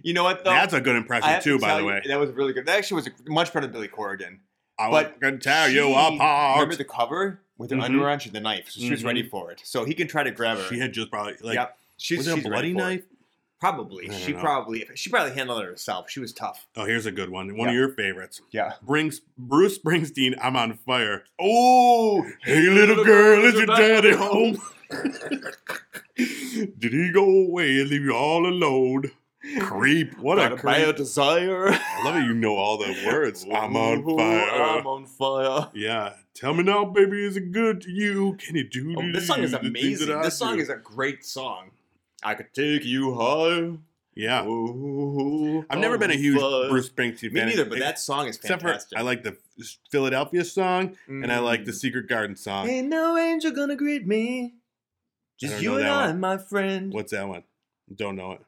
B: You know what, though?
A: That's a good
B: I have
A: impression,
B: to
A: too, by
B: tell
A: the
B: you,
A: way.
B: That was really good. That actually was a, much better than Billy Corrigan.
A: I was
B: but
A: going to tear you
B: She-
A: apart.
B: Remember the cover? With her
A: Mhm.
B: underwear on, she had the knife. So she was
A: Mhm.
B: ready for it. So he can try to grab her.
A: she had just probably, like,
B: yep. She's,
A: was it a
B: she's
A: bloody
B: ready for it.
A: knife? I
B: Probably.
A: don't
B: She
A: know.
B: probably she probably handled it herself. She was tough.
A: Oh, here's a good one. One of
B: Yeah.
A: your favorites.
B: Yeah.
A: Brings Bruce Springsteen, I'm on fire.
B: Oh,
A: Hey, little girl, is your daddy home? Did he go away and leave you all alone? Creep. What a creep.
B: desire.
A: I love it. You know all the words. I'm on fire.
B: I'm on fire.
A: Yeah. Tell me now, baby, is it good to you? Can you do
B: Oh, this song is
A: the things that
B: amazing.
A: I
B: This song
A: do?
B: is a great song. I could take you high.
A: Yeah.
B: Ooh,
A: Ah. I've never been a
B: on
A: huge
B: fire.
A: Bruce Springsteen fan.
B: Me neither, but
A: Ex-
B: that song is
A: Except for
B: fantastic.
A: I like the Philadelphia song and I like the
B: Mm.
A: Secret Garden song.
B: Ain't no angel gonna greet me. Just
A: don't
B: you
A: know
B: and
A: that
B: I,
A: one.
B: my friend.
A: What's that one? Don't know it.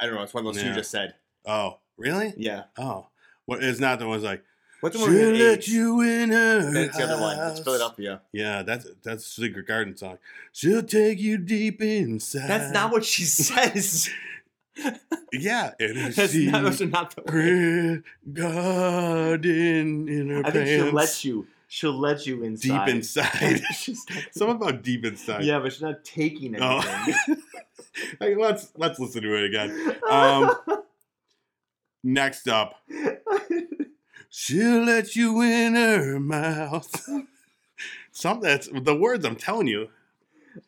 B: I don't know. It's one of those
A: Yeah.
B: you just said.
A: Oh, really?
B: Yeah.
A: Oh, what? It's not the one. that's like
B: What's the one?
A: she
B: with the
A: let
B: H?
A: you in her.
B: That's the other one. It's
A: house."
B: Philadelphia.
A: Yeah, that's that's Secret Garden song. She'll take you deep inside.
B: That's not what she says.
A: Yeah, it is.
B: That's not, those are not the words.
A: Secret garden in her
B: I
A: pants.
B: think she'll let you. She'll let you inside.
A: deep inside.
B: She's not-
A: Something about deep inside.
B: yeah, but she's not taking
A: Oh.
B: anything.
A: Hey, let's let's listen to it again. Um, Next up, she'll let you in her mouth. Some that's the words I'm telling you.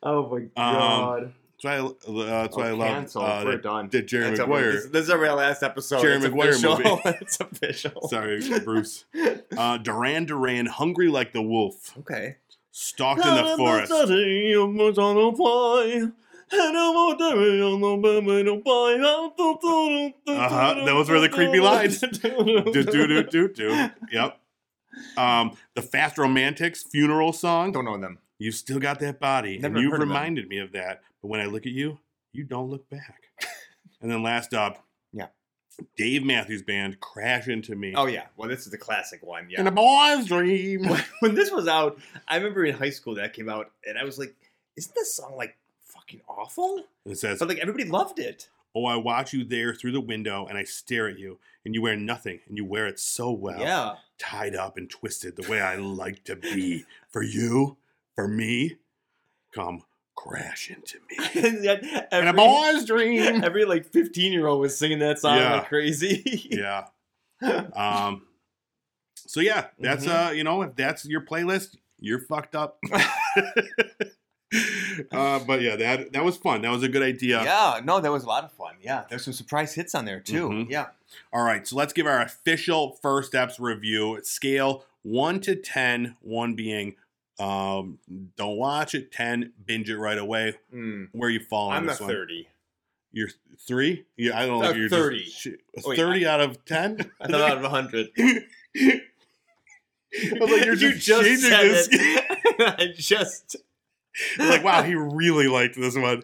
B: oh my god.
A: That's why I, uh, um, that's why I
B: Oh,
A: love
B: canceled.
A: uh,
B: We're
A: that,
B: done.
A: that Jerry
B: That's over. This,
A: Maguire.
B: this is our last episode.
A: Jerry
B: it's
A: Maguire
B: official.
A: movie.
B: it's official.
A: Sorry, Bruce. Uh, Duran Duran, hungry like the wolf,
B: Okay.
A: stalked in the forest.
B: Uh-huh.
A: Uh-huh. those were the creepy lines. Do do do do do. Yep. Um, the Fast Romantics funeral song.
B: Don't know them.
A: You've still got that body.
B: Never
A: and you've
B: heard of them.
A: reminded me of that. But when I look at you, you don't look back. and then last up,
B: Yeah.
A: Dave Matthews Band, Crash Into Me.
B: Oh yeah. Well, this is the classic one. Yeah.
A: In a boy's dream.
B: when, when this was out, I remember in high school that came out, and I was like, "Isn't this song like fucking awful?"
A: It says,
B: But like everybody loved it.
A: Oh, I watch you there through the window and I stare at you and you wear nothing and you wear it so well.
B: Yeah,
A: Tied up and twisted the way I like to be. For you, for me, come crash into me.
B: and yet
A: In a
B: every,
A: boy's dream.
B: every like fifteen year old was singing that song
A: Yeah.
B: like crazy.
A: yeah. Um. So yeah, that's uh, you know, if that's your playlist, you're fucked up. uh, but yeah, that that was fun. That was a good idea.
B: Yeah, no, that was a lot of fun. Yeah, there's some surprise hits on there too.
A: Mhm.
B: Yeah,
A: All right, so let's give our official first steps review scale one to 10, one being um, don't watch it, 10, binge it right away.
B: Mm.
A: Where you fall on
B: I'm a
A: this one?
B: thirty.
A: You're three? Yeah, I don't know.
B: Uh,
A: if you're
B: 30.
A: Just, shit,
B: Wait,
A: 30 out of 10?
B: I thought out of hundred.
A: I was like, you're
B: You
A: just, changing
B: said
A: this.
B: it. I just
A: like, wow, he really liked this one.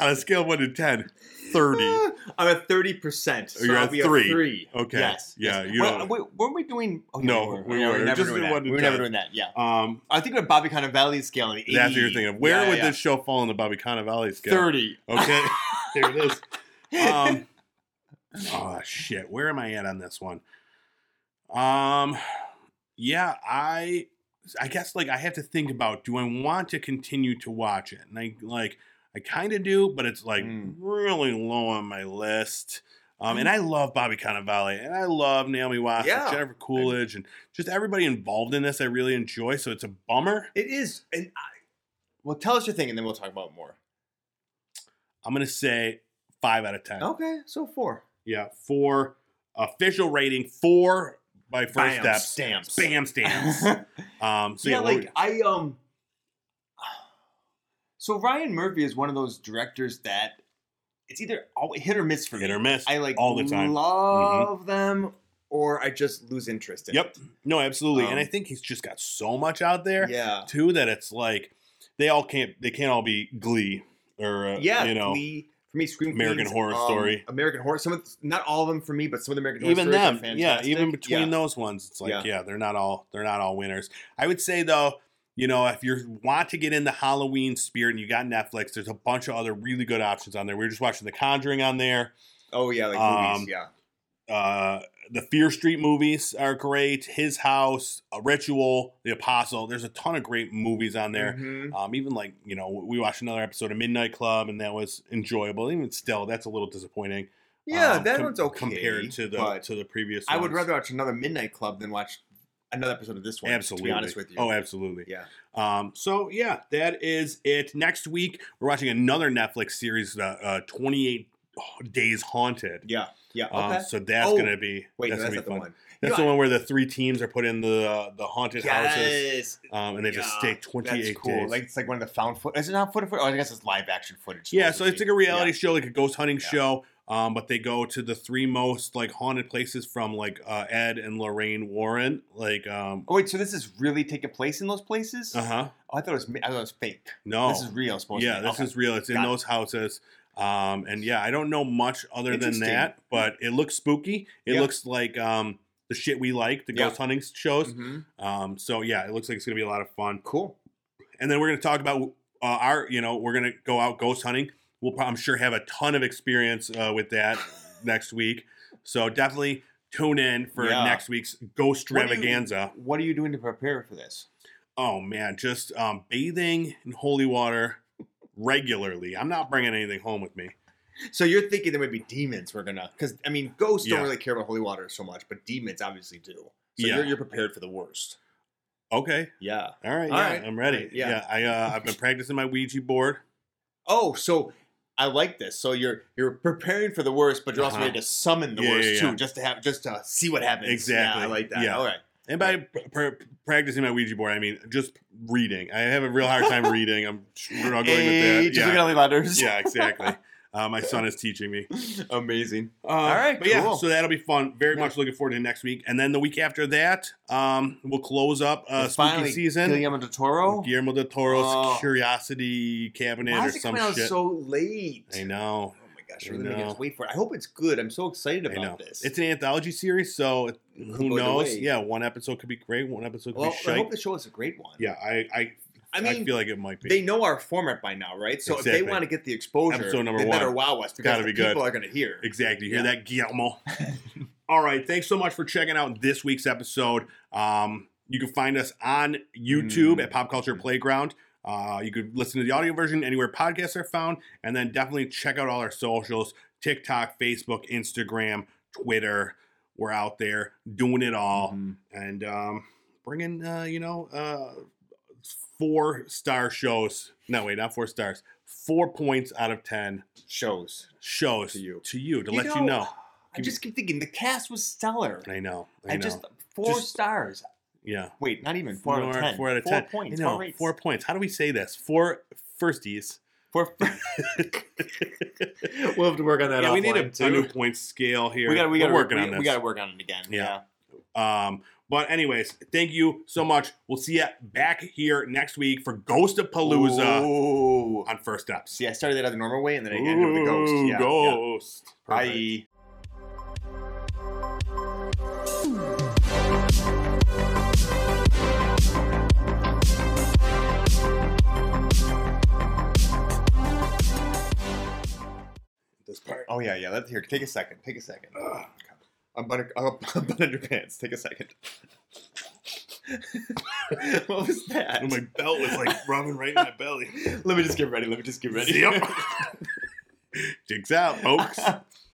A: On a scale of one to 10, 30.
B: I'm at thirty percent. So
A: Oh, You're
B: I'll
A: at
B: be
A: three.
B: A three.
A: Okay.
B: Yes.
A: Yeah,
B: Yes.
A: you
B: Well,
A: don't-
B: wait, weren't we doing? Oh,
A: No,
B: we were,
A: we
B: No,
A: were.
B: we were never
A: Just
B: doing
A: the
B: that.
A: one to
B: We were never
A: ten.
B: doing that. Yeah.
A: Um,
B: I think of Bobby Cannavale scale on the 80.
A: that's what you're thinking of. Where
B: Yeah,
A: would
B: yeah.
A: this show fall on the Bobby Cannavale scale?
B: Thirty.
A: Okay, here it is. Um, oh shit, where am I at on this one? Um, yeah, I, I guess like I have to think about do I want to continue to watch it, and I like I kind of do, but it's like
B: Mm.
A: really low on my list. Um, and I love Bobby Cannavale, and I love Naomi Watts,
B: Hmm. Yeah.
A: and Jennifer Coolidge, and just everybody involved in this. I really enjoy, so it's a bummer.
B: It is. And I, well, tell us your thing, and then we'll talk about more.
A: I'm gonna say five out of ten.
B: Okay, so four.
A: Yeah, four official rating four by first
B: Bam,
A: steps.
B: stamps.
A: Bam stamps. um, so yeah,
B: yeah,
A: what
B: like I um. So Ryan Murphy is one of those directors that it's either al- hit or miss for
A: we-
B: me.
A: hit or miss.
B: I like
A: all the time. Mm-hmm.
B: love them, or I just lose interest in.
A: Yep.
B: it.
A: no, absolutely. and I
B: Um,
A: think he's just got so much out there
B: Yeah.
A: too that it's like they all can't they can't all be Glee or uh,
B: Yeah.
A: you know
B: Glee- for me, Scream
A: American
B: Queens,
A: Horror
B: um,
A: Story.
B: American Horror. Some of th- not all of them for me, but some of the American Horror
A: even
B: Stories are
A: them yeah
B: fantastic.
A: even between
B: Yeah.
A: those ones it's like yeah.
B: Yeah.
A: they're not all they're not all winners i would say though you know if you want to get in the halloween spirit and you got netflix there's a bunch of other really good options on there we were just watching the conjuring on there
B: Oh yeah, like
A: Um,
B: movies. Yeah.
A: uh, the Fear Street movies are great. His House, A Ritual, The Apostle. There's a ton of great movies on there.
B: Mhm.
A: Um, even like you know, we watched another episode of Midnight Club, and that was enjoyable. Even still, that's a little disappointing.
B: Yeah,
A: um,
B: that
A: com-
B: one's okay.
A: compared to the
B: but
A: to the previous.
B: I would
A: ones.
B: rather watch another Midnight Club than watch another episode of this one.
A: absolutely.
B: To be honest with you.
A: Oh, absolutely.
B: yeah.
A: Um, so yeah, that is it. Next week we're watching another Netflix series, uh, uh, Twenty Eight Days Haunted.
B: Yeah. Yeah. Okay.
A: Oh, Um, so that's
B: Oh,
A: gonna be
B: Wait,
A: that's
B: no, that's
A: gonna
B: not
A: be
B: the
A: fun.
B: one.
A: That's
B: You
A: the
B: know,
A: one where the three teams are put in the the haunted houses,
B: Yes.
A: um, and they just stay
B: Yeah,
A: twenty eight
B: That's cool.
A: days.
B: Like it's like one of the found foot. Is it not foot footage? Oh, I guess it's live action footage.
A: yeah, so it's like a reality
B: Yeah.
A: show, like a ghost hunting
B: Yeah.
A: show. Um, but they go to the three most like haunted places from like uh, Ed and Lorraine Warren. Like, um,
B: Oh wait, so this is really taking place in those places?
A: uh huh.
B: Oh, I thought it was. ma- I thought it was fake.
A: No,
B: This is real. it's Supposed
A: Oh, yeah,
B: to be.
A: this
B: Okay.
A: is real. It's in
B: Got it.
A: those houses. Um, and yeah, I don't know much other than
B: Interesting.
A: that, but it looks spooky. It
B: Yeah.
A: looks like um the shit we like, the
B: Yeah.
A: ghost hunting shows.
B: Mhm.
A: Um, so yeah, it looks like it's gonna be a lot of fun.
B: cool.
A: and then we're going to talk about uh, our you know we're going to go out ghost hunting we'll pro- i'm sure have a ton of experience uh, with that next week so definitely tune in for
B: Yeah.
A: next week's ghost
B: What do you-
A: extravaganza
B: What are you doing to prepare for this?
A: oh man just um, bathing in holy water regularly i'm not bringing anything home with me
B: So you're thinking there would be demons we're gonna because I mean ghosts
A: Yeah.
B: don't really care about holy water so much, but demons obviously do. So
A: Yeah.
B: you're, you're prepared for the worst.
A: okay
B: Yeah.
A: all right
B: All
A: yeah
B: right.
A: i'm ready
B: All right,
A: yeah,
B: yeah.
A: i uh, i've been practicing my ouija board
B: Oh, so I like this. So you're you're preparing for the worst, but you're also
A: Uh-huh.
B: ready to summon the
A: Yeah,
B: worst
A: yeah, yeah.
B: too, just to have just to see what happens.
A: Exactly.
B: Yeah, I like that.
A: Yeah.
B: All right.
A: and by pr- pr- practicing my ouija board i mean just reading i have a real hard time reading i'm struggling with that
B: Hey, just
A: yeah.
B: look at all the letters.
A: yeah, exactly. Uh, my son is teaching me.
B: Amazing.
A: Uh, All
B: right,
A: but yeah,
B: cool.
A: so that'll be fun. Very
B: Yeah.
A: much looking forward to next week, and then the week after that, um, we'll close up uh,
B: And
A: spooky season.
B: Guillermo del Toro.
A: Guillermo del Toro's
B: Oh.
A: Curiosity Cabinet
B: Why
A: or
B: is it
A: some
B: coming out
A: shit.
B: so late?
A: I know.
B: Oh my gosh,
A: I
B: I really
A: know.
B: need to wait for it. I hope it's good. I'm so excited
A: I know.
B: about this.
A: It's an anthology series, so it,
B: It could
A: who
B: go either
A: knows?
B: way.
A: Yeah, one episode could be great, one episode could
B: well,
A: be
B: I
A: shite.
B: hope the show is a great one.
A: Yeah, I I,
B: I
A: I,
B: mean,
A: feel like it might be.
B: they know our format by now, right? So if
A: Exactly.
B: they want to get the exposure,
A: Episode number
B: they
A: one.
B: better wow us because
A: Gotta
B: the
A: be good.
B: people are going to hear.
A: Exactly. You hear
B: Yeah.
A: that, Guillermo? All right. Thanks so much for checking out this week's episode. Um, you can find us on YouTube
B: Mm.
A: at Pop Culture Playground. Uh, you could listen to the audio version anywhere podcasts are found. And then definitely check out all our socials TikTok, Facebook, Instagram, Twitter. We're out there doing it all
B: Mhm.
A: and um, bringing, uh, you know, uh, four star shows. No, wait, not four stars. Four points out of 10
B: Shows
A: shows
B: To you.
A: to, you, to let you know.
B: I just keep thinking the cast was stellar.
A: I know. I,
B: I,
A: know.
B: just four
A: Just-
B: stars.
A: yeah.
B: Wait, not even four, out of ten.
A: Four out of
B: Four
A: ten.
B: points.
A: I know,
B: four rates.
A: four points. How do we say this? Four firsties.
B: Four- we'll have to work on that.
A: yeah, we need a,
B: offline, too.
A: a new point scale here.
B: We got. We
A: We're
B: got.
A: working on this.
B: We got to work on it again.
A: Yeah.
B: Yeah.
A: Um, but anyways, thank you so much. We'll see you back here next week for Ghost of Palooza
B: Ooh.
A: on First Steps.
B: See, I started that out the normal way, and then I ended up with the ghost.
A: Ooh,
B: Yeah, yeah.
A: ghost. Perfect.
B: Bye.
A: This part.
B: Oh yeah, yeah. Let's here. Take a second. Take a second. I'm butter. I'm butter your pants. Take a second. what was that?
A: And Oh my belt was like rubbing right in my belly.
B: Let me just get ready. Let me just get ready.
A: Yep. Jigs out, folks.